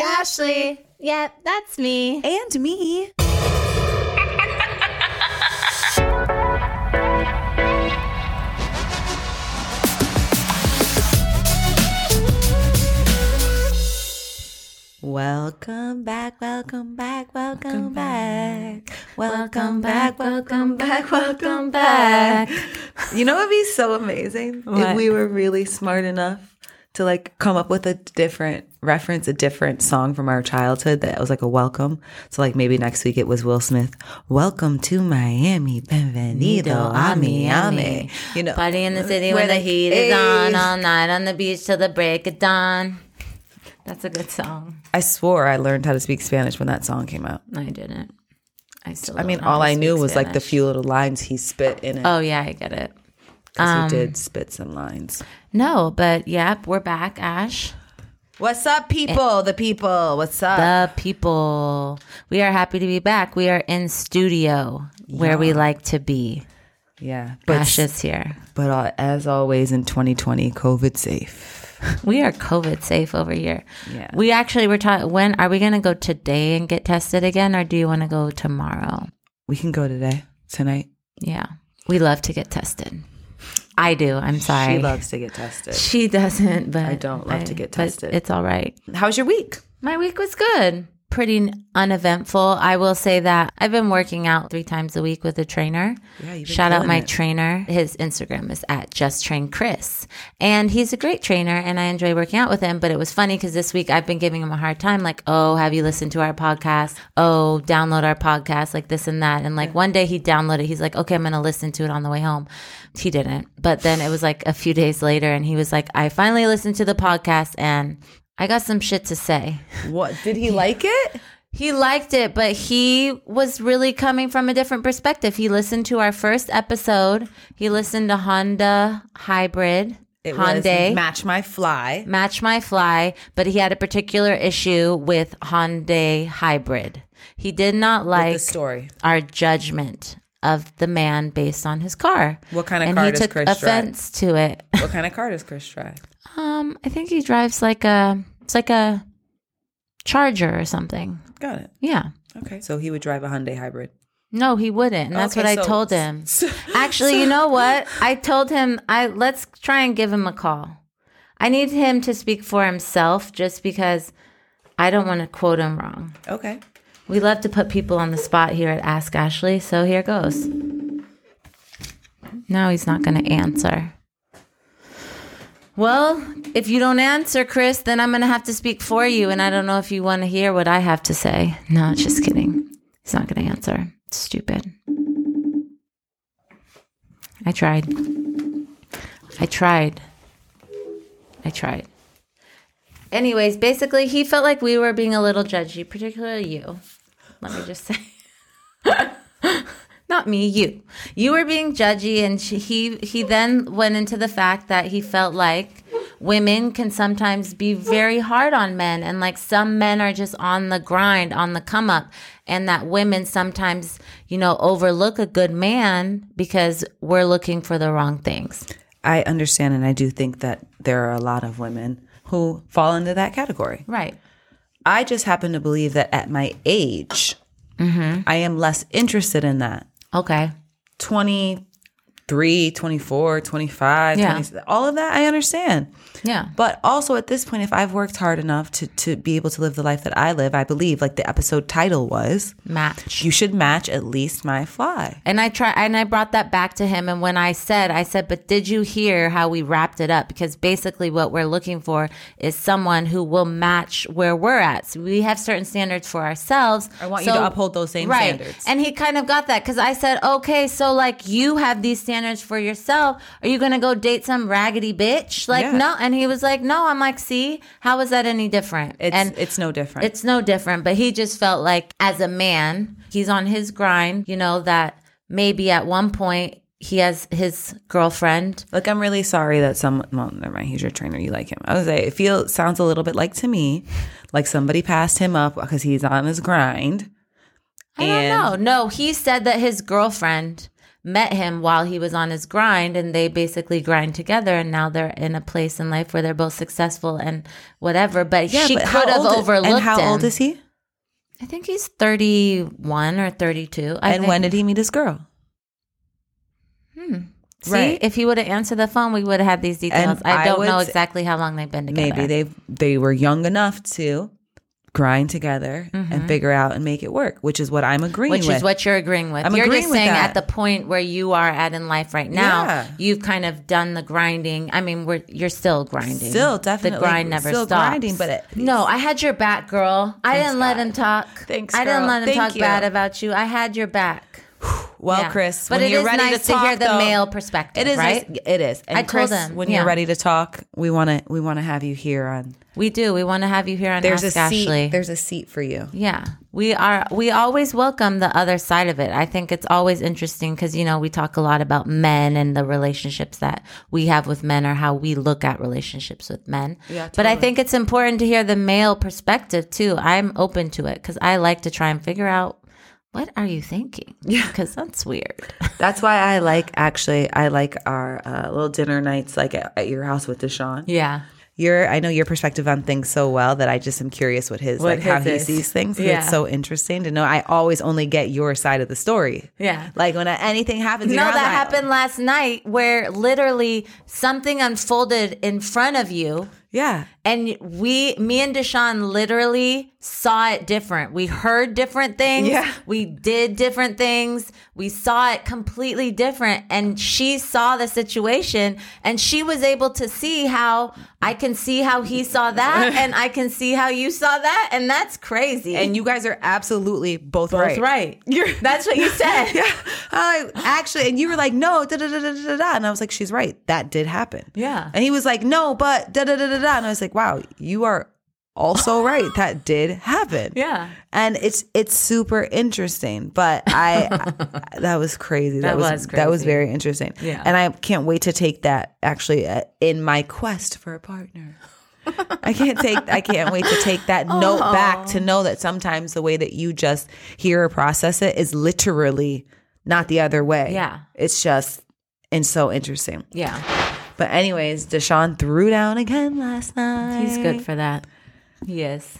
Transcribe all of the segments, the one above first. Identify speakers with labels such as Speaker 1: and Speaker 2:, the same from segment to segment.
Speaker 1: Ashley. Yep, that's me.
Speaker 2: And me. Welcome back, welcome back, welcome back. Welcome back, welcome back, welcome back. You know what would be so amazing
Speaker 1: What?
Speaker 2: if we were really smart enough to like come up with a different reference, a different song from our childhood that was like a welcome. So like maybe next week it was Will Smith, Welcome to Miami, Benvenido a Miami. You know,
Speaker 1: Party in the city
Speaker 2: Where
Speaker 1: when the
Speaker 2: the-
Speaker 1: heat is on,
Speaker 2: Hey.
Speaker 1: all night on the beach till the break of dawn. That's a good song.
Speaker 2: I swore I learned how to speak Spanish when that song came out.
Speaker 1: No, I didn't. I still.
Speaker 2: I
Speaker 1: don't
Speaker 2: mean,
Speaker 1: know how
Speaker 2: all
Speaker 1: to
Speaker 2: I knew
Speaker 1: speak
Speaker 2: was like the
Speaker 1: Spanish.
Speaker 2: few little lines he spit in it.
Speaker 1: Oh yeah, I get it.
Speaker 2: 'cause he did spit some lines.
Speaker 1: No, but yep, we're back, Ash.
Speaker 2: What's up, people? The people. What's up?
Speaker 1: The people. We are happy to be back. We are in studio where we like to be.
Speaker 2: yeah, but
Speaker 1: Ash is here.
Speaker 2: but uh, as always in 2020, COVID safe.
Speaker 1: We are COVID safe over here.
Speaker 2: Yeah.
Speaker 1: We actually were talking. When are we going to go today and get tested again, or do you want to go tomorrow?
Speaker 2: We can go today, tonight.
Speaker 1: Yeah. We love to get tested. I do. I'm sorry.
Speaker 2: She loves to get tested.
Speaker 1: She doesn't, but I
Speaker 2: don't love to get
Speaker 1: but
Speaker 2: tested.
Speaker 1: It's all right.
Speaker 2: How's your week?
Speaker 1: My week was good. Pretty uneventful. I will say that I've been working out three times a week with a trainer.
Speaker 2: Yeah, you've been
Speaker 1: Shout out
Speaker 2: killing
Speaker 1: my
Speaker 2: it.
Speaker 1: trainer. His Instagram is at Just Train Chris. And he's a great trainer and I enjoy working out with him. But it was funny because this week I've been giving him a hard time like, oh, have you listened to our podcast? Oh, download our podcast, like this and that. And like one day he downloaded, he's like, okay, I'm going to listen to it on the way home. He didn't. But then it was like a few days later and he was like, I finally listened to the podcast and I got some shit to say.
Speaker 2: What did he like it?
Speaker 1: He liked it, but he was really coming from a different perspective. He listened to our first episode. He listened to Honda Hybrid,
Speaker 2: It
Speaker 1: Hyundai,
Speaker 2: was match my fly.
Speaker 1: Match My Fly, but he had a particular issue with Hyundai Hybrid. He did not like
Speaker 2: the story.
Speaker 1: our judgment of the man based on his car.
Speaker 2: What kind of
Speaker 1: and
Speaker 2: car
Speaker 1: he
Speaker 2: does
Speaker 1: took
Speaker 2: Chris drive?
Speaker 1: offense to it.
Speaker 2: What kind of car does Chris drive?
Speaker 1: Um, I think he drives like a it's like a Charger or something.
Speaker 2: Got it.
Speaker 1: Yeah.
Speaker 2: Okay, so he would drive a Hyundai hybrid.
Speaker 1: No, he wouldn't. And that's
Speaker 2: Okay,
Speaker 1: what I
Speaker 2: so-
Speaker 1: told him. Actually, you know what? I told him I let's try and give him a call. I need him to speak for himself just because I don't want to quote him wrong.
Speaker 2: Okay.
Speaker 1: We love to put people on the spot here at Ask Ashley, so here goes. No, he's not going to answer. Well, if you don't answer, Chris, then I'm going to have to speak for you, and I don't know if you want to hear what I have to say. No, just kidding. He's not going to answer. Stupid. I tried. I tried. I tried. Anyways, basically, he felt like we were being a little judgy, particularly you. Let me just say. Not me, you. You were being judgy, and she, he he then went into the fact that he felt like women can sometimes be very hard on men, and like some men are just on the grind, on the come up, and that women sometimes, you know, overlook a good man because we're looking for the wrong things.
Speaker 2: I understand, and I do think that there are a lot of women who fall into that category.
Speaker 1: Right.
Speaker 2: I just happen to believe that at my age, I am less interested in that.
Speaker 1: Okay.
Speaker 2: 23, 24, 25,
Speaker 1: Yeah.
Speaker 2: 26, all of that I understand.
Speaker 1: Yeah.
Speaker 2: But also at this point, if I've worked hard enough to, to be able to live the life that I live, I believe, like the episode title was,
Speaker 1: Match.
Speaker 2: you should match at least my fly.
Speaker 1: And I try and I brought that back to him and when I said I said but did you hear how we wrapped it up because basically what we're looking for is someone who will match where we're at. So we have certain standards for ourselves.
Speaker 2: I want you to uphold those same
Speaker 1: right.
Speaker 2: standards.
Speaker 1: And he kind of got that cuz I said okay so like you have these standards for yourself are you going to go date some raggedy bitch? Like
Speaker 2: Yeah.
Speaker 1: no and he was like no I'm like see how is that any different?
Speaker 2: It's,
Speaker 1: and
Speaker 2: it's no different.
Speaker 1: it's no different, but he just felt like as a man, he's on his grind, you know, that maybe at one point he has his girlfriend.
Speaker 2: Look, I'm really sorry that some. Well, never mind. He's your trainer. You like him. I was say it feels sounds a little bit like to me, like somebody passed him up because he's on his grind.
Speaker 1: I don't know. No, he said that his girlfriend met him while he was on his grind and they basically grind together and now they're in a place in life where they're both successful and whatever. But she
Speaker 2: but how
Speaker 1: could have
Speaker 2: old is-
Speaker 1: overlooked
Speaker 2: And how
Speaker 1: him.
Speaker 2: old is he?
Speaker 1: I think he's 31 or 32. I
Speaker 2: and
Speaker 1: think.
Speaker 2: when did he meet his girl?
Speaker 1: See,
Speaker 2: right.
Speaker 1: if he would have answered the phone, we would have had these details.
Speaker 2: And
Speaker 1: I
Speaker 2: I
Speaker 1: don't
Speaker 2: would
Speaker 1: know
Speaker 2: s-
Speaker 1: exactly how long they've been together.
Speaker 2: Maybe they they were young enough to grind together and figure out and make it work, which is what I'm agreeing
Speaker 1: Mm-hmm. which
Speaker 2: with.
Speaker 1: is what you're agreeing with.
Speaker 2: I'm
Speaker 1: you're
Speaker 2: agreeing
Speaker 1: just
Speaker 2: with
Speaker 1: saying
Speaker 2: that.
Speaker 1: at the point where you are at in life right now,
Speaker 2: Yeah.
Speaker 1: you've kind of done the grinding. I mean, we're you're still grinding.
Speaker 2: Still, definitely.
Speaker 1: The grind never
Speaker 2: Still
Speaker 1: stops.
Speaker 2: grinding, but at
Speaker 1: no, I had your back, girl. I didn't let him talk.
Speaker 2: Thanks,
Speaker 1: I didn't
Speaker 2: girl.
Speaker 1: let him
Speaker 2: Thank
Speaker 1: talk
Speaker 2: you.
Speaker 1: bad about you. I had your back.
Speaker 2: well,
Speaker 1: Yeah.
Speaker 2: Chris,
Speaker 1: but
Speaker 2: when
Speaker 1: it
Speaker 2: you're
Speaker 1: is
Speaker 2: ready
Speaker 1: nice
Speaker 2: to, talk,
Speaker 1: hear the
Speaker 2: though-
Speaker 1: male perspective.
Speaker 2: It is
Speaker 1: right.
Speaker 2: nice- It is. And
Speaker 1: I told
Speaker 2: Chris,
Speaker 1: him,
Speaker 2: when
Speaker 1: yeah.
Speaker 2: you're ready to talk, we want to we want to have you here on.
Speaker 1: We do. We want to have you here on
Speaker 2: There's
Speaker 1: Ask
Speaker 2: a seat.
Speaker 1: Ashley.
Speaker 2: There's a seat for you.
Speaker 1: Yeah. We are we always welcome the other side of it. I think it's always interesting cuz you know we talk a lot about men and the relationships that we have with men or how we look at relationships with men.
Speaker 2: Yeah,
Speaker 1: But I
Speaker 2: totally.
Speaker 1: think it's important to hear the male perspective too. I'm open to it cuz I like to try and figure out what are you thinking? Yeah. Cuz that's weird.
Speaker 2: That's why I like actually I like our uh, little dinner nights like at, at your house with Deshaun.
Speaker 1: Yeah.
Speaker 2: Your I know your perspective on things so well that I just am curious what his
Speaker 1: What
Speaker 2: like how
Speaker 1: his
Speaker 2: he
Speaker 1: is.
Speaker 2: sees things.
Speaker 1: Yeah.
Speaker 2: It's so interesting to know. I always only get your side of the story.
Speaker 1: Yeah.
Speaker 2: Like when I, anything happens, in
Speaker 1: No,
Speaker 2: your
Speaker 1: that
Speaker 2: house, I-
Speaker 1: happened last night where literally something unfolded in front of you.
Speaker 2: Yeah.
Speaker 1: And we, me and Deshaun literally saw it different. We heard different things.
Speaker 2: Yeah.
Speaker 1: We did different things. We saw it completely different. And she saw the situation and she was able to see how I can see how he saw that and I can see how you saw that. And that's crazy.
Speaker 2: And you guys are absolutely both,
Speaker 1: that's right. that's what you said.
Speaker 2: Yeah. I actually, and you were like, no, da da da da da da. And I was like, she's right. That did happen.
Speaker 1: Yeah.
Speaker 2: And he was like, no, but da da da da da. And I was like, wow, you are also right. That did happen.
Speaker 1: Yeah.
Speaker 2: And it's it's super interesting, but I that was crazy.
Speaker 1: That
Speaker 2: That, was,
Speaker 1: was
Speaker 2: that was
Speaker 1: crazy.
Speaker 2: very interesting.
Speaker 1: Yeah.
Speaker 2: And I can't wait to take that actually uh, in my quest for a partner. I can't take I can't wait to take that note back to know that sometimes the way that you just hear or process it is literally not the other way.
Speaker 1: Yeah.
Speaker 2: It's just and so interesting.
Speaker 1: Yeah.
Speaker 2: But anyways, Deshaun threw down again last night.
Speaker 1: He's good for that. He is.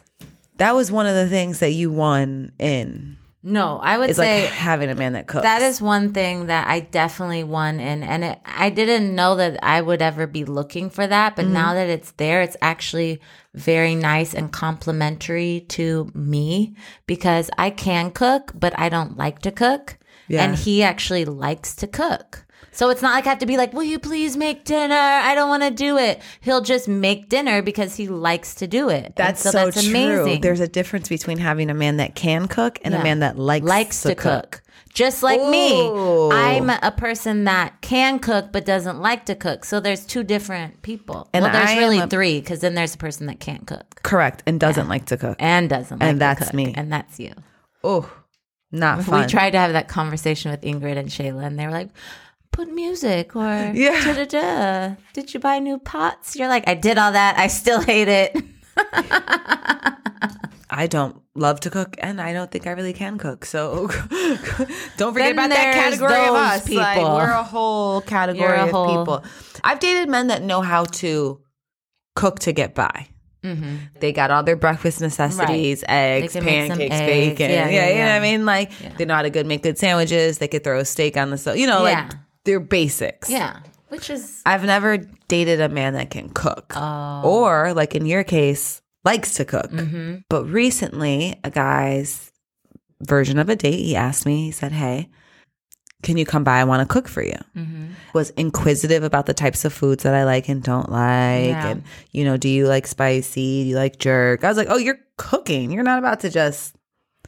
Speaker 2: That was one of the things that you won in.
Speaker 1: No, I would
Speaker 2: It's
Speaker 1: say.
Speaker 2: like having a man that cooks.
Speaker 1: That is one thing that I definitely won in, and it, I didn't know that I would ever be looking for that. But now
Speaker 2: Mm-hmm.
Speaker 1: that it's there, it's actually very nice and complimentary to me because I can cook, but I don't like to cook,
Speaker 2: Yeah.
Speaker 1: and he actually likes to cook. So it's not like I have to be like, "Will you please make dinner?" I don't want to do it. He'll just make dinner because he likes to do it. And
Speaker 2: That's so, true. There's a difference between having a man that can cook and
Speaker 1: Yeah.
Speaker 2: a man that likes
Speaker 1: likes to cook. Just like me,
Speaker 2: Ooh.
Speaker 1: I'm a person that can cook but doesn't like to cook. So there's two different people.
Speaker 2: And
Speaker 1: well, there's
Speaker 2: I am
Speaker 1: really
Speaker 2: a-
Speaker 1: three because then there's a person that can't cook
Speaker 2: Correct, and doesn't like to cook.
Speaker 1: and doesn't. like
Speaker 2: And
Speaker 1: to
Speaker 2: that's
Speaker 1: cook,
Speaker 2: me.
Speaker 1: and that's you.
Speaker 2: Oh, not fun.
Speaker 1: We tried to have that conversation with Ingrid and Shayla, and they were like. Put music or
Speaker 2: Yeah.
Speaker 1: da-da-da. Did you buy new pots? You're like, I did all that. I still hate it.
Speaker 2: I don't love to cook, and I don't think I really can cook. So don't forget
Speaker 1: Then
Speaker 2: about that
Speaker 1: there's
Speaker 2: category of
Speaker 1: those
Speaker 2: us. Like,
Speaker 1: people.
Speaker 2: we're a whole
Speaker 1: You're
Speaker 2: category
Speaker 1: a
Speaker 2: of
Speaker 1: whole-
Speaker 2: people. I've dated men that know how to cook to get by. They got all their breakfast necessities, eggs,
Speaker 1: Mm-hmm. can make some
Speaker 2: pancakes,
Speaker 1: eggs.
Speaker 2: bacon.
Speaker 1: Yeah,
Speaker 2: Yeah,
Speaker 1: yeah,
Speaker 2: you know what
Speaker 1: yeah.
Speaker 2: I mean? Like they know how to good make good sandwiches. They could throw a steak on the so you know,
Speaker 1: Yeah.
Speaker 2: like they're basics.
Speaker 1: Yeah. Which is
Speaker 2: I've never dated a man that can cook. Or, like in your case, likes to cook. But recently, a guy's version of a date, he asked me, he said, Hey, can you come by? I want to cook for you. Was inquisitive about the types of foods that I like and don't like.
Speaker 1: Yeah.
Speaker 2: And, you know, do you like spicy? Do you like jerk? I was like, Oh, you're cooking. You're not about to just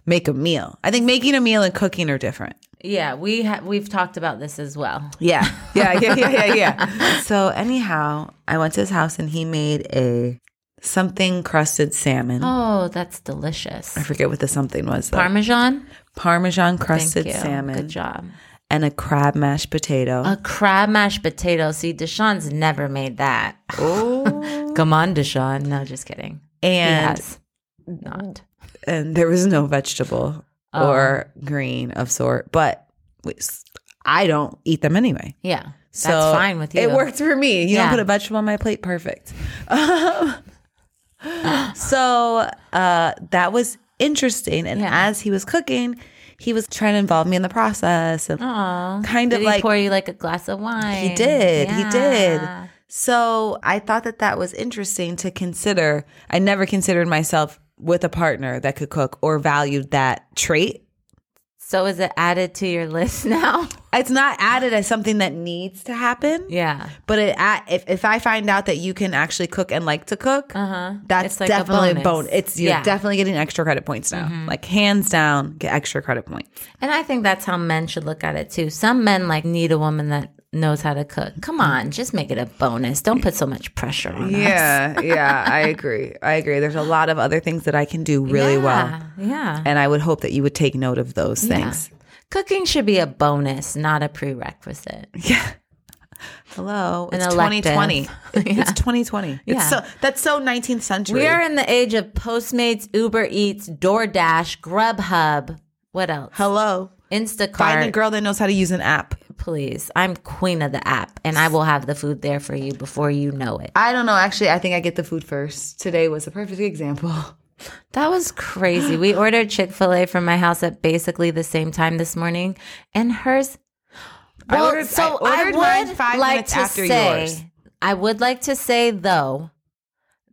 Speaker 2: make a meal. I think making a meal and cooking are different.
Speaker 1: yeah, we ha- we've talked about this as well.
Speaker 2: Yeah. Yeah. Yeah. Yeah. Yeah. yeah. so anyhow, I went to his house and he made a something crusted salmon.
Speaker 1: Oh, that's delicious.
Speaker 2: I forget what the something was. Though.
Speaker 1: Parmesan.
Speaker 2: Parmesan
Speaker 1: Thank
Speaker 2: crusted
Speaker 1: you. Good
Speaker 2: salmon
Speaker 1: job. Uh,
Speaker 2: and a crab mashed potato.
Speaker 1: A crab mashed potato. See, Deshaun's never made that.
Speaker 2: oh.
Speaker 1: Come on, Deshaun. No, just kidding.
Speaker 2: And
Speaker 1: Yes. Not.
Speaker 2: and there was no vegetable
Speaker 1: Oh.
Speaker 2: or green of sort, but we- I don't eat them anyway.
Speaker 1: Yeah. That's
Speaker 2: So
Speaker 1: fine with you.
Speaker 2: It worked for me. You
Speaker 1: Yeah.
Speaker 2: don't put a vegetable on my plate, perfect. Um, so uh, that was interesting. And
Speaker 1: Yeah.
Speaker 2: as he was cooking, he was trying to involve me in the process and
Speaker 1: Aw.
Speaker 2: kind
Speaker 1: Oh, Did
Speaker 2: of
Speaker 1: he
Speaker 2: like
Speaker 1: pour you like a glass of wine?
Speaker 2: he did. He did.
Speaker 1: Yeah.
Speaker 2: So I thought that that was interesting to consider. I never considered myself with a partner that could cook or valued that trait.
Speaker 1: So is it added to your list now?
Speaker 2: It's not added as something that needs to happen.
Speaker 1: Yeah.
Speaker 2: But it, I- if if I find out that you can actually cook and like to cook,
Speaker 1: Uh-huh.
Speaker 2: that's
Speaker 1: It's like a
Speaker 2: definitely a Mm-hmm.
Speaker 1: bonus.
Speaker 2: bone. It's you're
Speaker 1: Yeah.
Speaker 2: definitely getting extra credit points now. Like hands down, get extra credit points.
Speaker 1: And I think that's how men should look at it too. Some men like need a woman that knows how to cook. Come on, just make it a bonus. Don't put so much pressure on us.
Speaker 2: Yeah, yeah, I agree. I agree. There's a lot of other things that I can do really well,
Speaker 1: Yeah, Yeah.
Speaker 2: and I would hope that you would take note of those things.
Speaker 1: Cooking should be a bonus, not a prerequisite.
Speaker 2: Hello, it's
Speaker 1: elective.
Speaker 2: 2020.
Speaker 1: Yeah.
Speaker 2: It's 2020. It's
Speaker 1: Yeah.
Speaker 2: so that's so 19th century.
Speaker 1: We are in the age of Postmates, Uber Eats, DoorDash, Grubhub. What else?
Speaker 2: Hello, find a
Speaker 1: Instacart.
Speaker 2: girl that knows how to use an app.
Speaker 1: please. I'm queen of the app, and I will have the food there for you before you know it.
Speaker 2: I don't know. Actually, I think I get the food first. Today was a perfect example.
Speaker 1: That was crazy. We ordered Chick fil A from my house at basically the same time this morning, and hers. Well,
Speaker 2: ordered-
Speaker 1: so
Speaker 2: I
Speaker 1: I,
Speaker 2: ordered mine
Speaker 1: would
Speaker 2: five
Speaker 1: like
Speaker 2: minutes
Speaker 1: to
Speaker 2: after
Speaker 1: say,
Speaker 2: yours.
Speaker 1: I would like to say though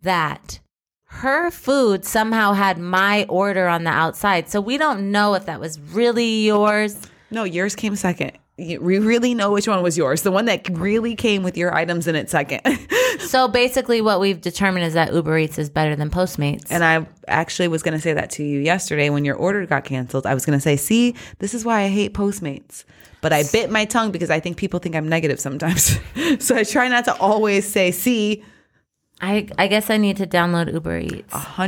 Speaker 1: that her food somehow had my order on the outside, so we don't know if that was really yours.
Speaker 2: No, yours came second. You we really know which one was yours. The one that really came with your items in it second.
Speaker 1: So basically, what we've determined is that Uber Eats is better than Postmates.
Speaker 2: and I actually was going to say that to you yesterday when your order got canceled. I was going to say, see, this is why I hate Postmates. But I bit my tongue because I think people think I'm negative sometimes. so I try not to always say, see,
Speaker 1: I I guess I need to download Uber Eats.
Speaker 2: 150%
Speaker 1: I
Speaker 2: Oh,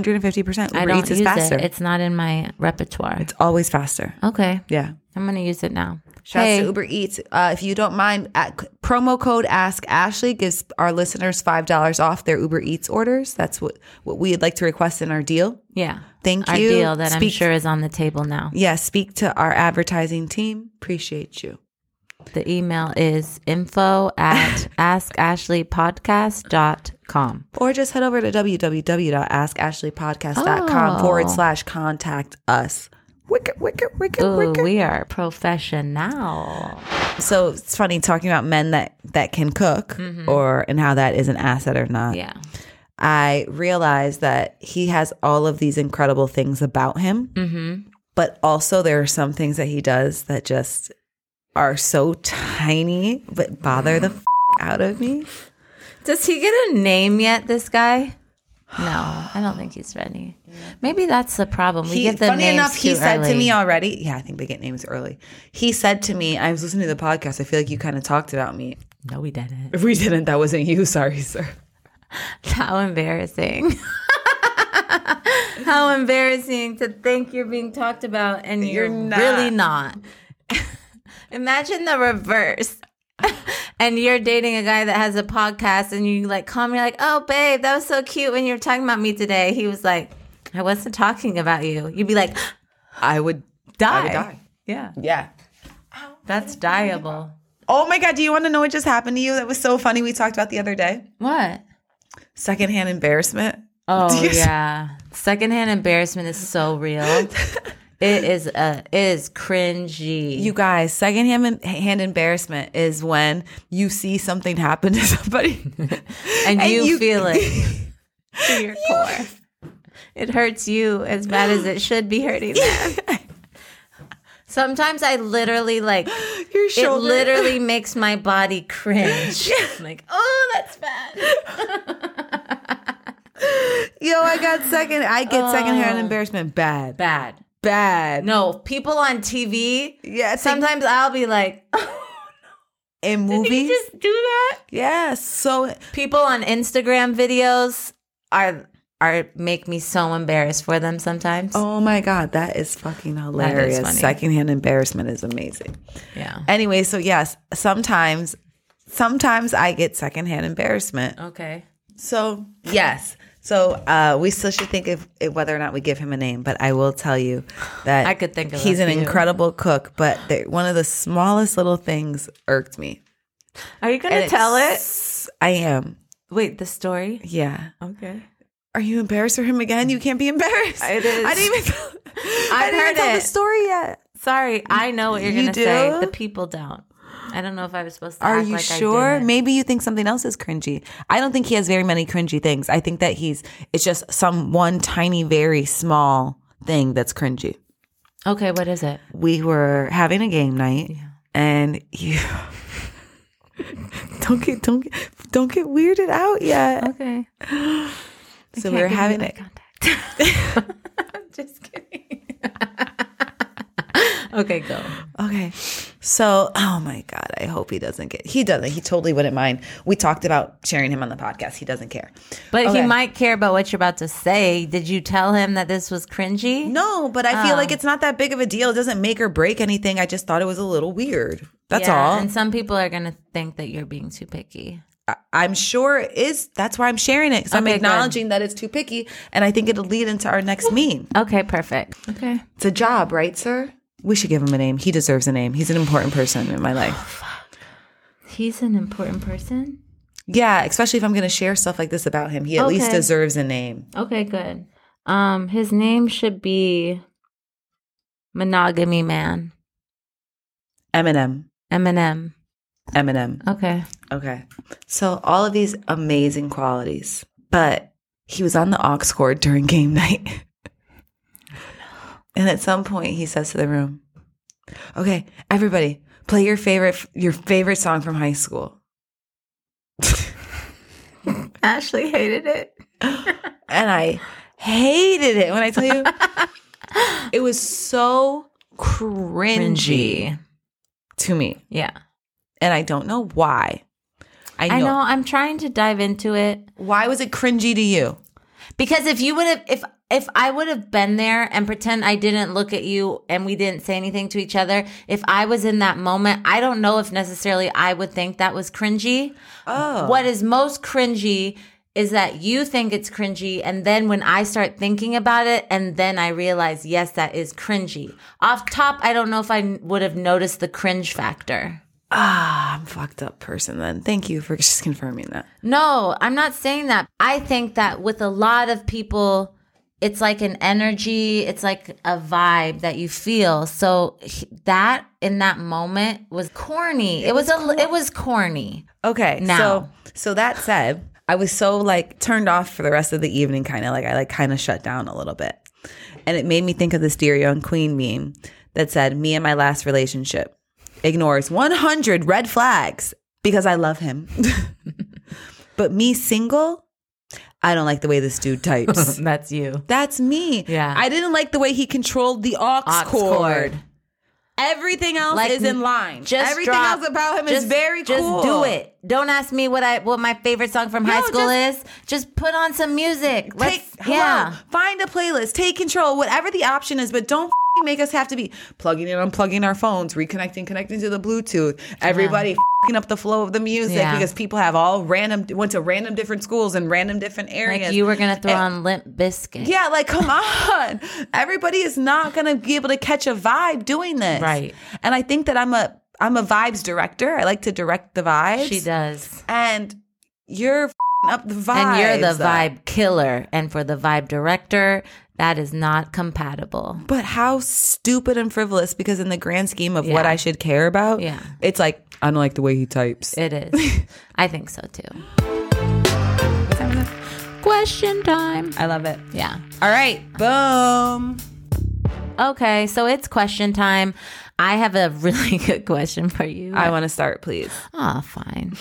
Speaker 2: Uber
Speaker 1: don't
Speaker 2: Eats is
Speaker 1: use
Speaker 2: faster.
Speaker 1: it. It's not in my repertoire.
Speaker 2: It's always faster.
Speaker 1: okay.
Speaker 2: Yeah.
Speaker 1: I'm gonna use it now.
Speaker 2: Shouts
Speaker 1: hey,
Speaker 2: to Uber Eats. Uh, if you don't mind, at, promo code Ask Ashley gives our listeners five dollars off their Uber Eats orders. That's what what we'd like to request in our deal.
Speaker 1: yeah,
Speaker 2: Thank
Speaker 1: our
Speaker 2: you.
Speaker 1: deal that I'm
Speaker 2: Speak-
Speaker 1: sure is on the table now.
Speaker 2: Yeah, speak to our advertising team. Appreciate you.
Speaker 1: The email is info at askashleypodcast.com.
Speaker 2: Or just head over to www.askashleypodcast.com
Speaker 1: Oh.
Speaker 2: forward slash contact us. Wicked, wicked, wicked,
Speaker 1: Ooh,
Speaker 2: wicked.
Speaker 1: we are professional.
Speaker 2: So it's funny talking about men that that can cook,
Speaker 1: Mm-hmm.
Speaker 2: or and how that is an asset or not.
Speaker 1: Yeah.
Speaker 2: I realized that he has all of these incredible things about him,
Speaker 1: Mm-hmm.
Speaker 2: but also there are some things that he does that just are so tiny but bother the f- out of me.
Speaker 1: Does he get a name yet, this guy? No, I don't think he's ready. Maybe that's the problem. We
Speaker 2: He,
Speaker 1: get the
Speaker 2: funny
Speaker 1: names
Speaker 2: enough,
Speaker 1: too
Speaker 2: he said to
Speaker 1: early.
Speaker 2: me already. Yeah, I think they get names early. He said to me, "I was listening to the podcast. I feel like you kind of talked about me.
Speaker 1: No, we didn't.
Speaker 2: If we didn't, that wasn't you. Sorry, sir."
Speaker 1: How embarrassing. How embarrassing to think you're being talked about and you're,
Speaker 2: You're not.
Speaker 1: really not. Imagine the reverse. and you're dating a guy that has a podcast and you like call me like, "Oh babe, that was so cute when you were talking about me today." He was like, "I wasn't talking about you." You'd be like,
Speaker 2: I would
Speaker 1: "Die."
Speaker 2: I would die.
Speaker 1: Yeah.
Speaker 2: Yeah.
Speaker 1: That's dieable.
Speaker 2: Oh my god, do you want to know what just happened to you? That was so funny. We talked about the other day.
Speaker 1: What?
Speaker 2: Secondhand embarrassment.
Speaker 1: Oh
Speaker 2: you-
Speaker 1: yeah. Secondhand embarrassment is so real. it is uh it is cringy.
Speaker 2: You guys, secondhand hand embarrassment is when you see something happen to somebody
Speaker 1: and,
Speaker 2: And
Speaker 1: you,
Speaker 2: you-
Speaker 1: feel it to your core. It hurts you as bad as it should be hurting them. Sometimes I literally like
Speaker 2: your
Speaker 1: it
Speaker 2: shoulder.
Speaker 1: literally makes my body cringe. I'm like, oh, that's bad.
Speaker 2: Yo, I got second. I get secondhand embarrassment bad,
Speaker 1: Bad.
Speaker 2: bad.
Speaker 1: Oh. No, people on TV.
Speaker 2: Yeah, it's like
Speaker 1: Sometimes I'll be like,
Speaker 2: in
Speaker 1: did he
Speaker 2: movies.
Speaker 1: Oh, just do that?
Speaker 2: yeah, so
Speaker 1: People on Instagram videos are are make me so embarrassed for them sometimes.
Speaker 2: oh my god, that is fucking hilarious.
Speaker 1: funny.
Speaker 2: secondhand embarrassment is amazing.
Speaker 1: Yeah.
Speaker 2: Anyway, so yes, sometimes, sometimes I get secondhand embarrassment.
Speaker 1: Okay.
Speaker 2: So yes. So uh, we still should think of it, whether or not we give him a name, but I will tell you that
Speaker 1: I could think of
Speaker 2: he's
Speaker 1: a
Speaker 2: an
Speaker 1: few.
Speaker 2: incredible cook. But the, one of the smallest little things irked me.
Speaker 1: Are you
Speaker 2: And
Speaker 1: gonna tell it?
Speaker 2: it's- I am.
Speaker 1: Wait, the story.
Speaker 2: Yeah.
Speaker 1: Okay.
Speaker 2: Are you embarrassed for him again? You can't be embarrassed.
Speaker 1: It is.
Speaker 2: I didn't even. Tell, I
Speaker 1: I've
Speaker 2: didn't even
Speaker 1: heard
Speaker 2: tell the
Speaker 1: it.
Speaker 2: story yet.
Speaker 1: Sorry, I know what you're
Speaker 2: You
Speaker 1: gonna say.
Speaker 2: do?
Speaker 1: The people don't. I don't know if I was supposed to.
Speaker 2: Are
Speaker 1: act
Speaker 2: you
Speaker 1: like I
Speaker 2: sure?
Speaker 1: didn't.
Speaker 2: Maybe you think something else is cringy. I don't think he has very many cringy things. I think that he's it's just some one tiny, very small thing that's cringy.
Speaker 1: Okay, what is it?
Speaker 2: We were having a game night, and you don't get don't get don't get weirded out yet.
Speaker 1: Okay.
Speaker 2: so we were having it.
Speaker 1: I'm just kidding. okay, go.
Speaker 2: Okay. So, oh my God, I hope he doesn't get, he doesn't, he totally wouldn't mind. We talked about sharing him on the podcast. He doesn't care.
Speaker 1: But
Speaker 2: Okay.
Speaker 1: he might care about what you're about to say. Did you tell him that this was cringy?
Speaker 2: No, but I feel
Speaker 1: Um,
Speaker 2: like it's not that big of a deal. It doesn't make or break anything. I just thought it was a little weird. That's
Speaker 1: Yeah,
Speaker 2: all.
Speaker 1: And some people are gonna think that you're being too picky.
Speaker 2: I'm sure it is. That's why I'm sharing it because I'm
Speaker 1: Okay, good.
Speaker 2: acknowledging that it's too picky and I think it'll lead into our next meme.
Speaker 1: Okay, perfect. Okay.
Speaker 2: It's a job, right, sir? We should give him a name. He deserves a name. He's an important person in my life.
Speaker 1: He's an important person.
Speaker 2: Yeah, especially if I'm going to share stuff like this about him. He at least
Speaker 1: Okay.
Speaker 2: deserves a name.
Speaker 1: Okay, good. Um, his name should be Monogamy Man.
Speaker 2: Eminem.
Speaker 1: Eminem.
Speaker 2: Eminem.
Speaker 1: Okay.
Speaker 2: Okay. So all of these amazing qualities, but he was on the aux cord during game night. and at some point he says to the room, "Okay, everybody, play your favorite your favorite song from high school."
Speaker 1: Ashley hated it.
Speaker 2: And I hated it when I tell you it was so cringy
Speaker 1: Cringy.
Speaker 2: to me,
Speaker 1: Yeah.
Speaker 2: and I don't know why. I know.
Speaker 1: I know. I'm trying to dive into it
Speaker 2: Why was it cringy to you?
Speaker 1: because if you would have, if if I would have been there and pretend I didn't look at you and we didn't say anything to each other, if I was in that moment, I don't know if necessarily I would think that was cringy.
Speaker 2: Oh.
Speaker 1: What is most cringy is that you think it's cringy, and then when I start thinking about it, and then I realize, yes, that is cringy. Off top, I don't know if I would have noticed the cringe factor.
Speaker 2: Ah, I'm a fucked up person then. Thank you for just confirming that.
Speaker 1: No, I'm not saying that. I think that with a lot of people, it's like an energy, it's like a vibe that you feel. So he- that in that moment was corny. It, was, a li- it was corny.
Speaker 2: Okay.
Speaker 1: Now.
Speaker 2: So so that said, I was so like turned off for the rest of the evening kind of like I like kind of shut down a little bit. And it made me think of this Dear Young Queen meme that said, "Me and my last relationship ignores 100 red flags because I love him." but me single, I don't like the way this dude types.
Speaker 1: That's you.
Speaker 2: That's me.
Speaker 1: Yeah.
Speaker 2: I didn't like the way he controlled the aux, cord. Everything else
Speaker 1: Like,
Speaker 2: is in line.
Speaker 1: Just
Speaker 2: everything
Speaker 1: drop.
Speaker 2: else about him is
Speaker 1: Just-
Speaker 2: very
Speaker 1: just
Speaker 2: cool.
Speaker 1: do it. Don't ask me what I what my favorite song from high
Speaker 2: No,
Speaker 1: school is. Just put on some music.
Speaker 2: Take
Speaker 1: Let's
Speaker 2: hello,
Speaker 1: yeah.
Speaker 2: Find a playlist. Take control. Whatever the option is, but don't f***ing make us have to be plugging and unplugging our phones, reconnecting, connecting to the Bluetooth. Everybody f***ing up the flow of the music
Speaker 1: Yeah.
Speaker 2: because people have all random went to random different schools and random different areas.
Speaker 1: Like you were gonna throw
Speaker 2: And-
Speaker 1: on Limp Biscuit.
Speaker 2: Yeah, like come on. Everybody is not going to be able to catch a vibe doing this.
Speaker 1: Right.
Speaker 2: And I think that I'm a I'm a vibes director. I like to direct the vibes.
Speaker 1: she does.
Speaker 2: And you're f***ing up the vibes.
Speaker 1: And you're the
Speaker 2: up.
Speaker 1: vibe killer. And for the vibe director, that is not compatible.
Speaker 2: But how stupid and frivolous because in the grand scheme of what
Speaker 1: Yeah.
Speaker 2: I should care about,
Speaker 1: Yeah.
Speaker 2: it's like I don't like the way he types.
Speaker 1: It is. I think so too. Question time.
Speaker 2: I love it.
Speaker 1: Yeah.
Speaker 2: All right. Boom.
Speaker 1: Okay, so it's question time. I have a really good question for you.
Speaker 2: I want to start, please.
Speaker 1: Ah, fine.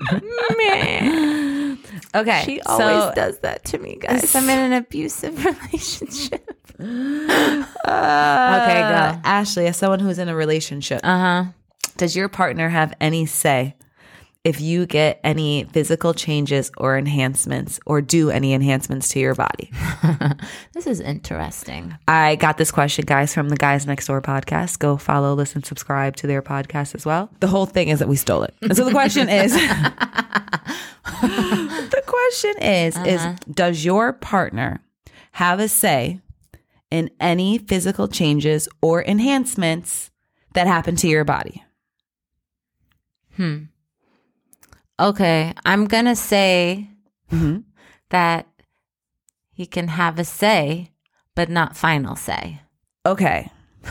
Speaker 2: Okay.
Speaker 1: She
Speaker 2: so-
Speaker 1: always does that to me, guys. I'm in an abusive relationship.
Speaker 2: Okay, go. Uh, Ashley, as someone who's in a relationship, uh
Speaker 1: Uh-huh.
Speaker 2: huh. Does your partner have any say if you get any physical changes or enhancements, or do any enhancements to your body?
Speaker 1: This is interesting.
Speaker 2: I got this question, guys, from the Guys Next Door podcast. Go follow, listen, subscribe to their podcast as well. The whole thing is that we stole it. And so the question is the question is
Speaker 1: Uh-huh.
Speaker 2: is does your partner have a say in any physical changes or enhancements that happen to your body?
Speaker 1: Hmm. Okay, I'm gonna say
Speaker 2: Mm-hmm.
Speaker 1: that he can have a say, but not final say.
Speaker 2: Okay.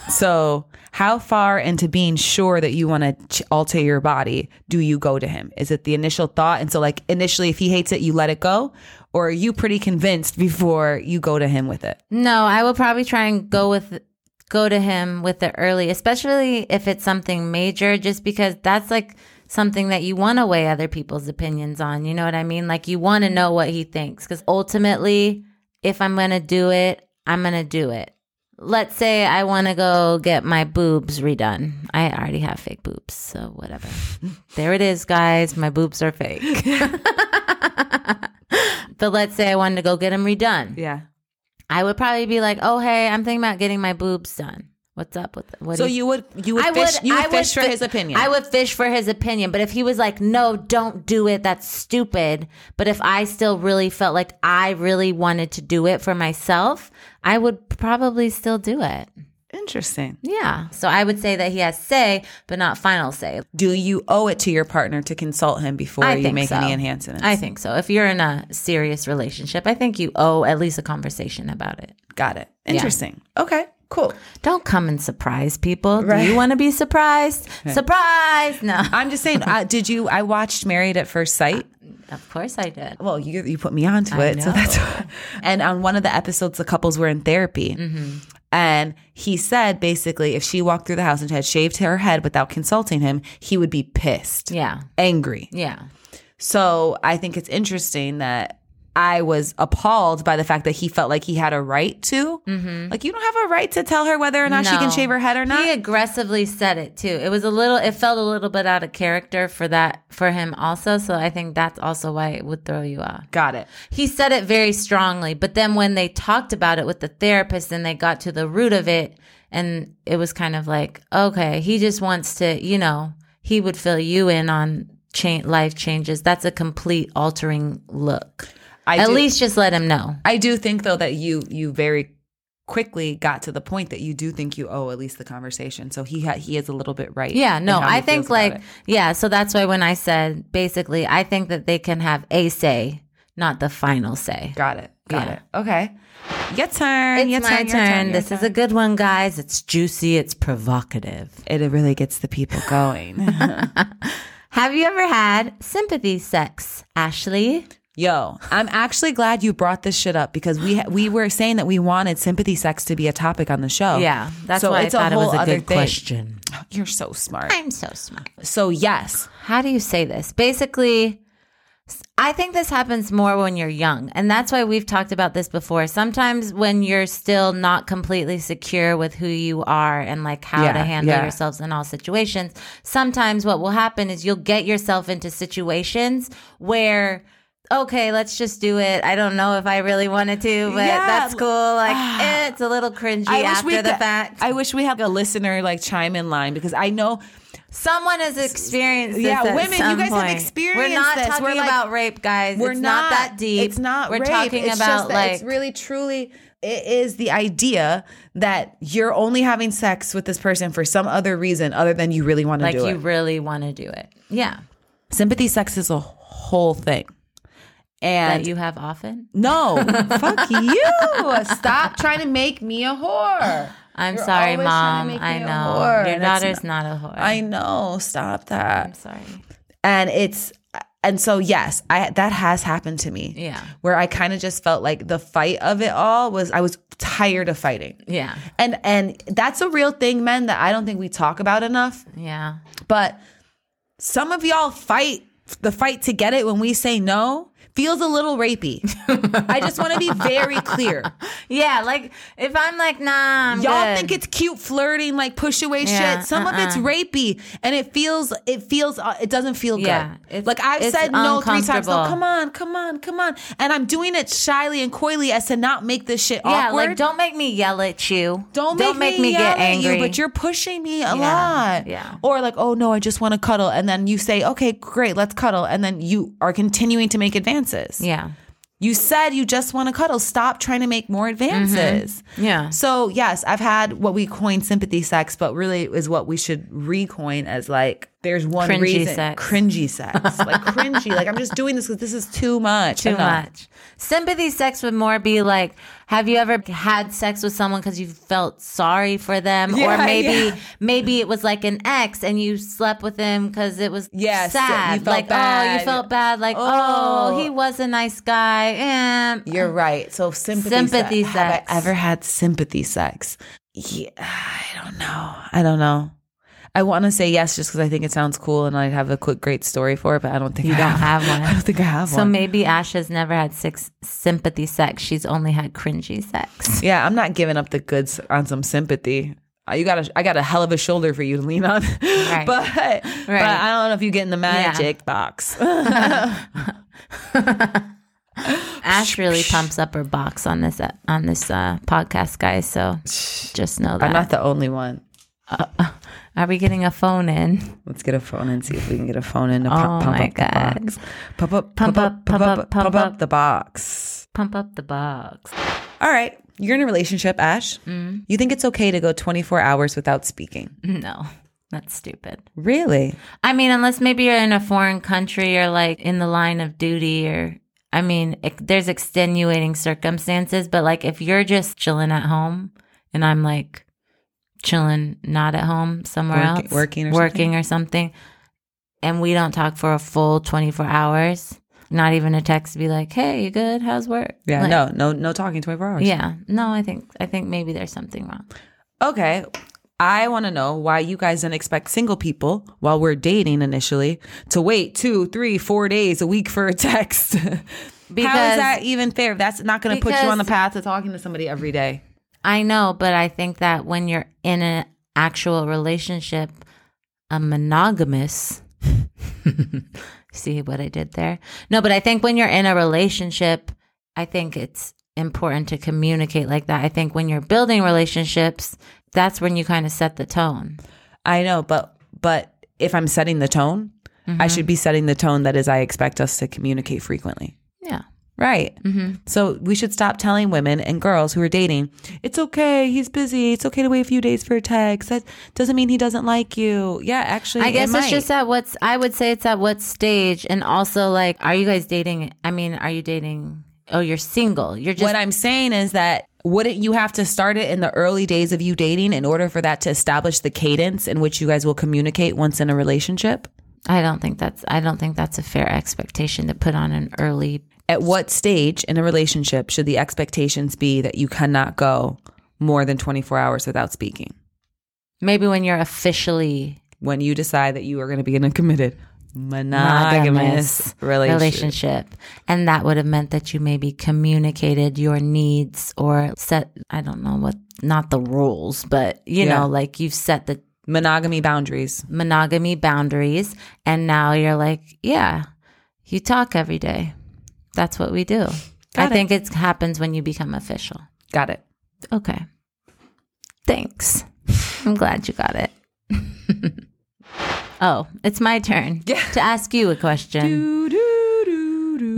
Speaker 2: So, how far into being sure that you want to ch- alter your body do you go to him? Is it the initial thought? And so, like, initially, if he hates it, you let it go? Or are you pretty convinced before you go to him with it?
Speaker 1: No, I will probably try and go with go to him with it early, especially if it's something major, just because that's like something that you want to weigh other people's opinions on. You know what I mean? Like you want to know what he thinks, because ultimately, if I'm gonna do it, I'm gonna do it. Let's say I want to go get my boobs redone. I already have fake boobs, so whatever. there it is, guys. My boobs are fake. but let's say I wanted to go get them redone.
Speaker 2: Yeah.
Speaker 1: I would probably be like, "Oh, hey, I'm thinking about getting my boobs done. What's up with what?"
Speaker 2: So
Speaker 1: do
Speaker 2: you would you would fish you would fish for
Speaker 1: fi-
Speaker 2: his opinion.
Speaker 1: I would fish for his opinion, but if he was like, "No, don't do it. That's stupid," but if I still really felt like I really wanted to do it for myself, I would probably still do it.
Speaker 2: Interesting.
Speaker 1: Yeah. So I would say that he has say, but not final say.
Speaker 2: Do you owe it to your partner to consult him before
Speaker 1: I
Speaker 2: you
Speaker 1: think
Speaker 2: make
Speaker 1: so.
Speaker 2: any enhancements?
Speaker 1: I think so. If you're in a serious relationship, I think you owe at least a conversation about it.
Speaker 2: Got it. Interesting. Okay. Cool.
Speaker 1: Don't come and surprise people. Do
Speaker 2: Right.
Speaker 1: you want to be surprised? Surprise! No.
Speaker 2: I'm just saying. uh, did you? I watched Married at First Sight.
Speaker 1: Of course I did.
Speaker 2: Well, you you put me onto it, so that's. Why. And on one of the episodes, the couples were in therapy,
Speaker 1: Mm-hmm.
Speaker 2: and he said basically, if she walked through the house and had shaved her head without consulting him, he would be pissed,
Speaker 1: Yeah.
Speaker 2: angry.
Speaker 1: Yeah.
Speaker 2: So I think it's interesting that I was appalled by the fact that he felt like he had a right to. Like, you don't have a right to tell her whether or not she can
Speaker 1: Mm-hmm. No.
Speaker 2: shave her head or not.
Speaker 1: He aggressively said it too. It was a little it felt a little bit out of character for that for him also, so I think that's also why it would throw you off.
Speaker 2: Got it.
Speaker 1: He said it very strongly, but then when they talked about it with the therapist and they got to the root of it and it was kind of like, okay, he just wants to, you know, he would fill you in on cha- life changes. That's a complete altering look.
Speaker 2: I
Speaker 1: At
Speaker 2: do,
Speaker 1: least just let him know.
Speaker 2: I do think though that you you very quickly got to the point that you do think you owe at least the conversation. So he ha- he is a little bit right.
Speaker 1: Yeah,
Speaker 2: in
Speaker 1: no,
Speaker 2: how he
Speaker 1: I think
Speaker 2: feels about
Speaker 1: like
Speaker 2: it.
Speaker 1: yeah, so that's why when I said basically, I think that they can have a say, not the final say.
Speaker 2: got it, got
Speaker 1: Yeah.
Speaker 2: it. Okay, your turn.
Speaker 1: It's
Speaker 2: your
Speaker 1: my turn.
Speaker 2: turn. your turn. your
Speaker 1: This is a good one, guys. It's juicy. It's provocative.
Speaker 2: turn. It really gets the people going.
Speaker 1: Have you ever had sympathy sex, Ashley?
Speaker 2: Yo, I'm actually glad you brought this shit up because we ha- we were saying that we wanted sympathy sex to be a topic on the show.
Speaker 1: Yeah, that's
Speaker 2: So
Speaker 1: why I
Speaker 2: it's a
Speaker 1: thought it was
Speaker 2: whole
Speaker 1: a
Speaker 2: other
Speaker 1: good
Speaker 2: thing.
Speaker 1: question.
Speaker 2: You're so smart.
Speaker 1: I'm so smart.
Speaker 2: So yes,
Speaker 1: how do you say this? Basically, s- I think this happens more when you're young. And that's why we've talked about this before. Sometimes when you're still not completely secure with who you are and like how to
Speaker 2: Yeah,
Speaker 1: handle
Speaker 2: yeah.
Speaker 1: yourselves in all situations, sometimes what will happen is you'll get yourself into situations where Okay, let's just do it. I don't know if I really wanted to, but
Speaker 2: Yeah. ah.
Speaker 1: that's cool. Like, eh, it's a little cringy after the
Speaker 2: could-
Speaker 1: fact.
Speaker 2: I wish we had a listener like chime in line because I know
Speaker 1: Someone has experienced this.
Speaker 2: Yeah,
Speaker 1: at
Speaker 2: women, you
Speaker 1: some
Speaker 2: guys have
Speaker 1: point. We're
Speaker 2: experienced
Speaker 1: not
Speaker 2: this.
Speaker 1: talking
Speaker 2: We're like-
Speaker 1: about rape, guys.
Speaker 2: we're
Speaker 1: it's not, that deep.
Speaker 2: It's not.
Speaker 1: We're
Speaker 2: rape.
Speaker 1: talking
Speaker 2: It's
Speaker 1: about
Speaker 2: just that
Speaker 1: like
Speaker 2: it's really truly. It is the idea that you're only having sex with this person for some other reason other than you really want to
Speaker 1: like
Speaker 2: do
Speaker 1: you
Speaker 2: it.
Speaker 1: really want to do it. Yeah,
Speaker 2: Sympathy sex is a whole thing, and
Speaker 1: that you have often.
Speaker 2: No, fuck you. Stop trying to make me a whore.
Speaker 1: I'm
Speaker 2: You're
Speaker 1: sorry,
Speaker 2: always
Speaker 1: mom.
Speaker 2: trying to make
Speaker 1: I
Speaker 2: me a
Speaker 1: know
Speaker 2: whore,
Speaker 1: your
Speaker 2: and it's
Speaker 1: daughter's not, a whore.
Speaker 2: I know. Stop
Speaker 1: I'm
Speaker 2: that.
Speaker 1: sorry.
Speaker 2: And it's and so yes, I that has happened to me.
Speaker 1: Yeah.
Speaker 2: Where I kind of just felt like the fight of it all was I was tired of fighting.
Speaker 1: Yeah,
Speaker 2: And and that's a real thing, men, that I don't think we talk about enough.
Speaker 1: yeah.
Speaker 2: But some of y'all fight the fight to get it when we say no feels a little rapey. I just want to be very clear.
Speaker 1: Yeah, like if I'm like, nah, I'm
Speaker 2: Y'all
Speaker 1: good.
Speaker 2: think it's cute flirting, like push away
Speaker 1: Yeah,
Speaker 2: shit. Some of it's
Speaker 1: uh-uh.
Speaker 2: rapey, and it feels it feels uh, it doesn't feel
Speaker 1: Yeah,
Speaker 2: good.
Speaker 1: it's-
Speaker 2: Like I've
Speaker 1: it's
Speaker 2: said no three times. No,
Speaker 1: uncomfortable.
Speaker 2: come on, come on, come on, and I'm doing it shyly and coyly as to not make this shit
Speaker 1: yeah,
Speaker 2: awkward.
Speaker 1: like don't make me yell at you.
Speaker 2: Don't make, me, yell At you, but you're pushing me a lot.
Speaker 1: yeah.
Speaker 2: Or like, oh no, I just want to cuddle, and then you say, okay, great, let's cuddle, and then you are continuing to make advances.
Speaker 1: yeah,
Speaker 2: You said you just want to cuddle. Stop trying to make more advances.
Speaker 1: Mm-hmm. yeah.
Speaker 2: So yes, I've had what we coin sympathy sex, but really is what we should recoin as like there's one
Speaker 1: Cringy
Speaker 2: reason
Speaker 1: sex.
Speaker 2: cringy sex, like cringy. Like I'm just doing this because this is too much.
Speaker 1: too
Speaker 2: Enough.
Speaker 1: much. Sympathy sex would more be like, have you ever had sex with someone because you felt sorry for them, or
Speaker 2: Yeah,
Speaker 1: maybe
Speaker 2: yeah.
Speaker 1: maybe it was like an ex and you slept with him because it was
Speaker 2: Yes,
Speaker 1: sad,
Speaker 2: you felt
Speaker 1: like oh
Speaker 2: bad.
Speaker 1: you felt bad, like
Speaker 2: Oh.
Speaker 1: oh, he was a nice guy, and
Speaker 2: You're right. So sympathy,
Speaker 1: Sympathy
Speaker 2: sex. Have
Speaker 1: sex.
Speaker 2: I ever had sympathy sex? Yeah, I don't know. I don't know. I want to say yes just because I think it sounds cool and I'd have a quick great story for it, but I don't think
Speaker 1: you
Speaker 2: I
Speaker 1: don't have one.
Speaker 2: I don't think I have
Speaker 1: So
Speaker 2: one.
Speaker 1: maybe Ash has never had six sympathy sex. She's only had cringy sex.
Speaker 2: Yeah, I'm not giving up the goods on some sympathy. Uh, You got a, I got a hell of a shoulder for you to lean on, but but I don't know if you get in the magic box.
Speaker 1: Ash really pumps up her box on this uh, on this uh, podcast, guys. So just know that.
Speaker 2: I'm not the only one.
Speaker 1: Are we getting a phone in?
Speaker 2: Let's get a phone and see if we can get a phone in to pu-
Speaker 1: Oh
Speaker 2: pump,
Speaker 1: my
Speaker 2: up
Speaker 1: God.
Speaker 2: the box. Pump up,
Speaker 1: Pump up, pump up,
Speaker 2: pump
Speaker 1: pump
Speaker 2: up
Speaker 1: up.
Speaker 2: the box.
Speaker 1: Pump up the box.
Speaker 2: All right, you're in a relationship, Ash. You think it's okay to go 24 hours without speaking?
Speaker 1: No, that's stupid.
Speaker 2: Really?
Speaker 1: I mean, unless maybe you're in a foreign country or like in the line of duty or. I mean, ex- there's extenuating circumstances, but like if you're just chilling at home and I'm like chilling not at home somewhere
Speaker 2: Working-
Speaker 1: else,
Speaker 2: working or
Speaker 1: working or something, and we don't talk for a full 24 hours, not even a text to be like, "Hey, you good? How's work?"
Speaker 2: Yeah.
Speaker 1: Like,
Speaker 2: no. No. No talking 24 hours.
Speaker 1: yeah, no. I think I think maybe there's something wrong.
Speaker 2: Okay. I want to know why you guys didn't expect single people while we're dating initially to wait two, three, four days a week for a text. How is
Speaker 1: Because-
Speaker 2: that even fair? That's not going to put you on the
Speaker 1: Because-
Speaker 2: path to talking to somebody every day.
Speaker 1: I know, but I think that when you're in an actual relationship, a monogamous. See what I did there? No, but I think when you're in a relationship, I think it's important to communicate like that. I think when you're building relationships, that's when you kind of set the tone.
Speaker 2: I know, but but if I'm setting the tone, I should be setting the tone that is I expect us to communicate frequently.
Speaker 1: Yeah.
Speaker 2: Right. So we should stop telling women and girls who are dating, it's okay, he's busy, it's okay to wait a few days for a text. That doesn't mean he doesn't like you. Yeah, actually,
Speaker 1: I
Speaker 2: it
Speaker 1: guess it's
Speaker 2: might.
Speaker 1: just at what's, I would say it's at what stage. And also, like, are you guys dating? I mean, are you dating? Oh, you're single. You're just
Speaker 2: what I'm saying is that wouldn't you have to start it in the early days of you dating in order for that to establish the cadence in which you guys will communicate once in a relationship?
Speaker 1: I don't think that's I don't think that's a fair expectation to put on an early
Speaker 2: At what stage in a relationship should the expectations be that you cannot go more than 24 hours without speaking?
Speaker 1: maybe when you're officially
Speaker 2: When you decide that you are going to be in a committed monogamous
Speaker 1: monogamous
Speaker 2: relationship.
Speaker 1: relationship. And that would have meant that you maybe communicated your needs or set I don't know what not the rules, but you
Speaker 2: Yeah.
Speaker 1: know, like you've set the
Speaker 2: Monogamy boundaries.
Speaker 1: monogamy boundaries and now you're like, yeah, you talk every day. That's what we do. I
Speaker 2: Got it.
Speaker 1: think it happens when you become official.
Speaker 2: Got it.
Speaker 1: Okay. Thanks. I'm glad you got it. oh, it's my turn to ask you a question.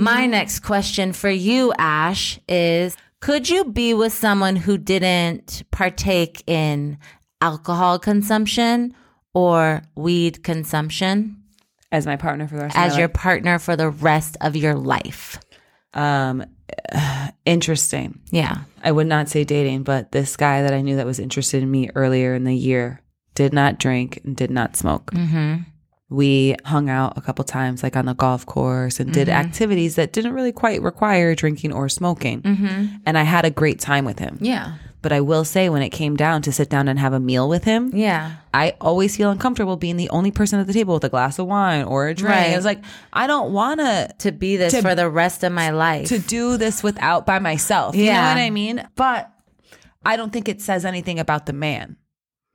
Speaker 1: My next question for you, Ash, is could you be with someone who didn't partake in alcohol consumption or weed consumption
Speaker 2: As my partner for the rest of
Speaker 1: as
Speaker 2: my
Speaker 1: your
Speaker 2: life.
Speaker 1: partner for the rest of your life?
Speaker 2: um interesting.
Speaker 1: Yeah.
Speaker 2: I would not say dating, but this guy that I knew that was interested in me earlier in the year did not drink and did not smoke.
Speaker 1: Mm-hmm.
Speaker 2: We hung out a couple times, like on the golf course, and did
Speaker 1: Mm-hmm.
Speaker 2: activities that didn't really quite require drinking or smoking.
Speaker 1: Mm-hmm.
Speaker 2: And I had a great time with him.
Speaker 1: Yeah.
Speaker 2: But I will say, when it came down to sit down and have a meal with him,
Speaker 1: Yeah.
Speaker 2: I always feel uncomfortable being the only person at the table with a glass of wine or a drink.
Speaker 1: Right.
Speaker 2: I was like, I don't want to
Speaker 1: To be this
Speaker 2: To-
Speaker 1: for the rest of my life.
Speaker 2: to do this without by myself. You
Speaker 1: Yeah.
Speaker 2: know what I mean? But I don't think it says anything about the man.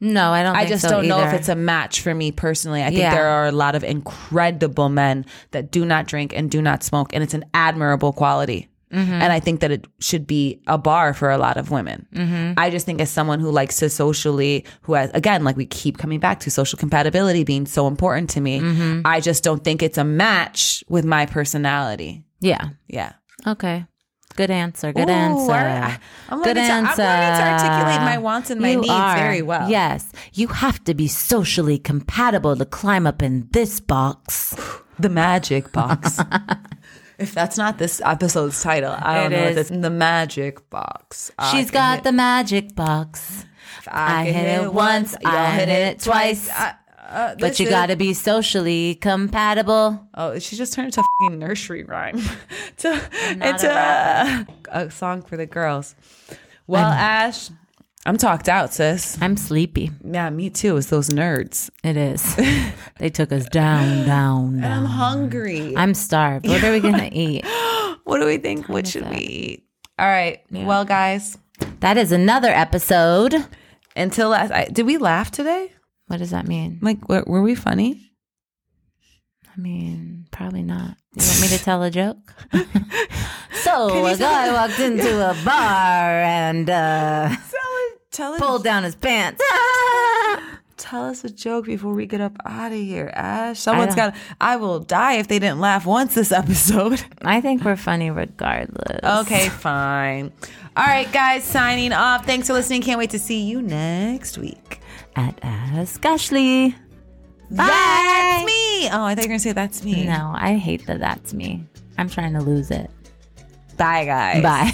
Speaker 1: no, I don't.
Speaker 2: I
Speaker 1: think
Speaker 2: just
Speaker 1: so
Speaker 2: don't know if
Speaker 1: either.
Speaker 2: it's a match for me personally. I think
Speaker 1: Yeah.
Speaker 2: there are a lot of incredible men that do not drink and do not smoke, and it's an admirable quality.
Speaker 1: Mm-hmm.
Speaker 2: And I think that it should be a bar for a lot of women.
Speaker 1: Mm-hmm.
Speaker 2: I just think as someone who likes to socially, who has again, like we keep coming back to social compatibility being so important to me.
Speaker 1: Mm-hmm.
Speaker 2: I just don't think it's a match with my personality.
Speaker 1: yeah.
Speaker 2: Yeah.
Speaker 1: Okay. Good answer. Good
Speaker 2: Ooh,
Speaker 1: answer.
Speaker 2: I- I'm
Speaker 1: Good
Speaker 2: learning to-
Speaker 1: answer.
Speaker 2: I'm learning to articulate my wants and my needs very well.
Speaker 1: Yes. You have to be socially compatible to climb up in this box.
Speaker 2: The magic box. if that's not this episode's title, I don't
Speaker 1: It
Speaker 2: know.
Speaker 1: is.
Speaker 2: What that's the magic box. I
Speaker 1: She's
Speaker 2: can
Speaker 1: got
Speaker 2: hit-
Speaker 1: the magic box.
Speaker 2: if
Speaker 1: I
Speaker 2: can
Speaker 1: hit it once, I'll hit it twice.
Speaker 2: I- uh,
Speaker 1: But
Speaker 2: this
Speaker 1: you
Speaker 2: is-
Speaker 1: gotta be socially compatible.
Speaker 2: Oh, she just turned into a fing nursery rhyme. to,
Speaker 1: not
Speaker 2: it's
Speaker 1: a
Speaker 2: a, a song for the girls. Well, Ash, I'm talked out, sis.
Speaker 1: I'm sleepy.
Speaker 2: Yeah, me too. It's those nerds.
Speaker 1: It is. they took us down, down, down.
Speaker 2: I'm hungry.
Speaker 1: I'm starved. What are we gonna eat?
Speaker 2: What do we think? What should we eat? All right. Well, guys,
Speaker 1: That is another episode.
Speaker 2: until last, I, did we laugh today?
Speaker 1: What does that mean?
Speaker 2: Like, were, were we funny?
Speaker 1: I mean, probably not. You want me to tell a joke? so a guy walked into a bar and uh,
Speaker 2: Tell us,
Speaker 1: pulled down his pants.
Speaker 2: tell us a joke before we get up out of here, Ash. Someone's
Speaker 1: don't-
Speaker 2: got. I will die if they didn't laugh once this episode.
Speaker 1: I think we're funny regardless.
Speaker 2: Okay, fine. All right, guys, signing off. Thanks for listening. Can't wait to see you next week.
Speaker 1: At Ask Ashley. Bye.
Speaker 2: That's me. Oh, I thought you were gonna say that's me.
Speaker 1: No, I hate that. That's me. I'm trying to lose it.
Speaker 2: Bye, guys.
Speaker 1: Bye.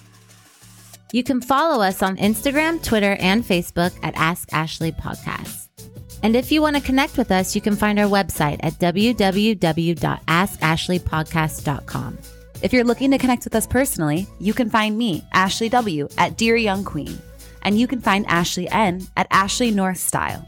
Speaker 1: you can follow us on Instagram, Twitter, and Facebook at Ask Ashley Podcast. And if you want to connect with us, you can find our website at www.askashleypodcast.com.
Speaker 3: If you're looking to connect with us personally, you can find me, Ashley W, at Dear Young Queen. And you can find Ashley N at Ashley North Style.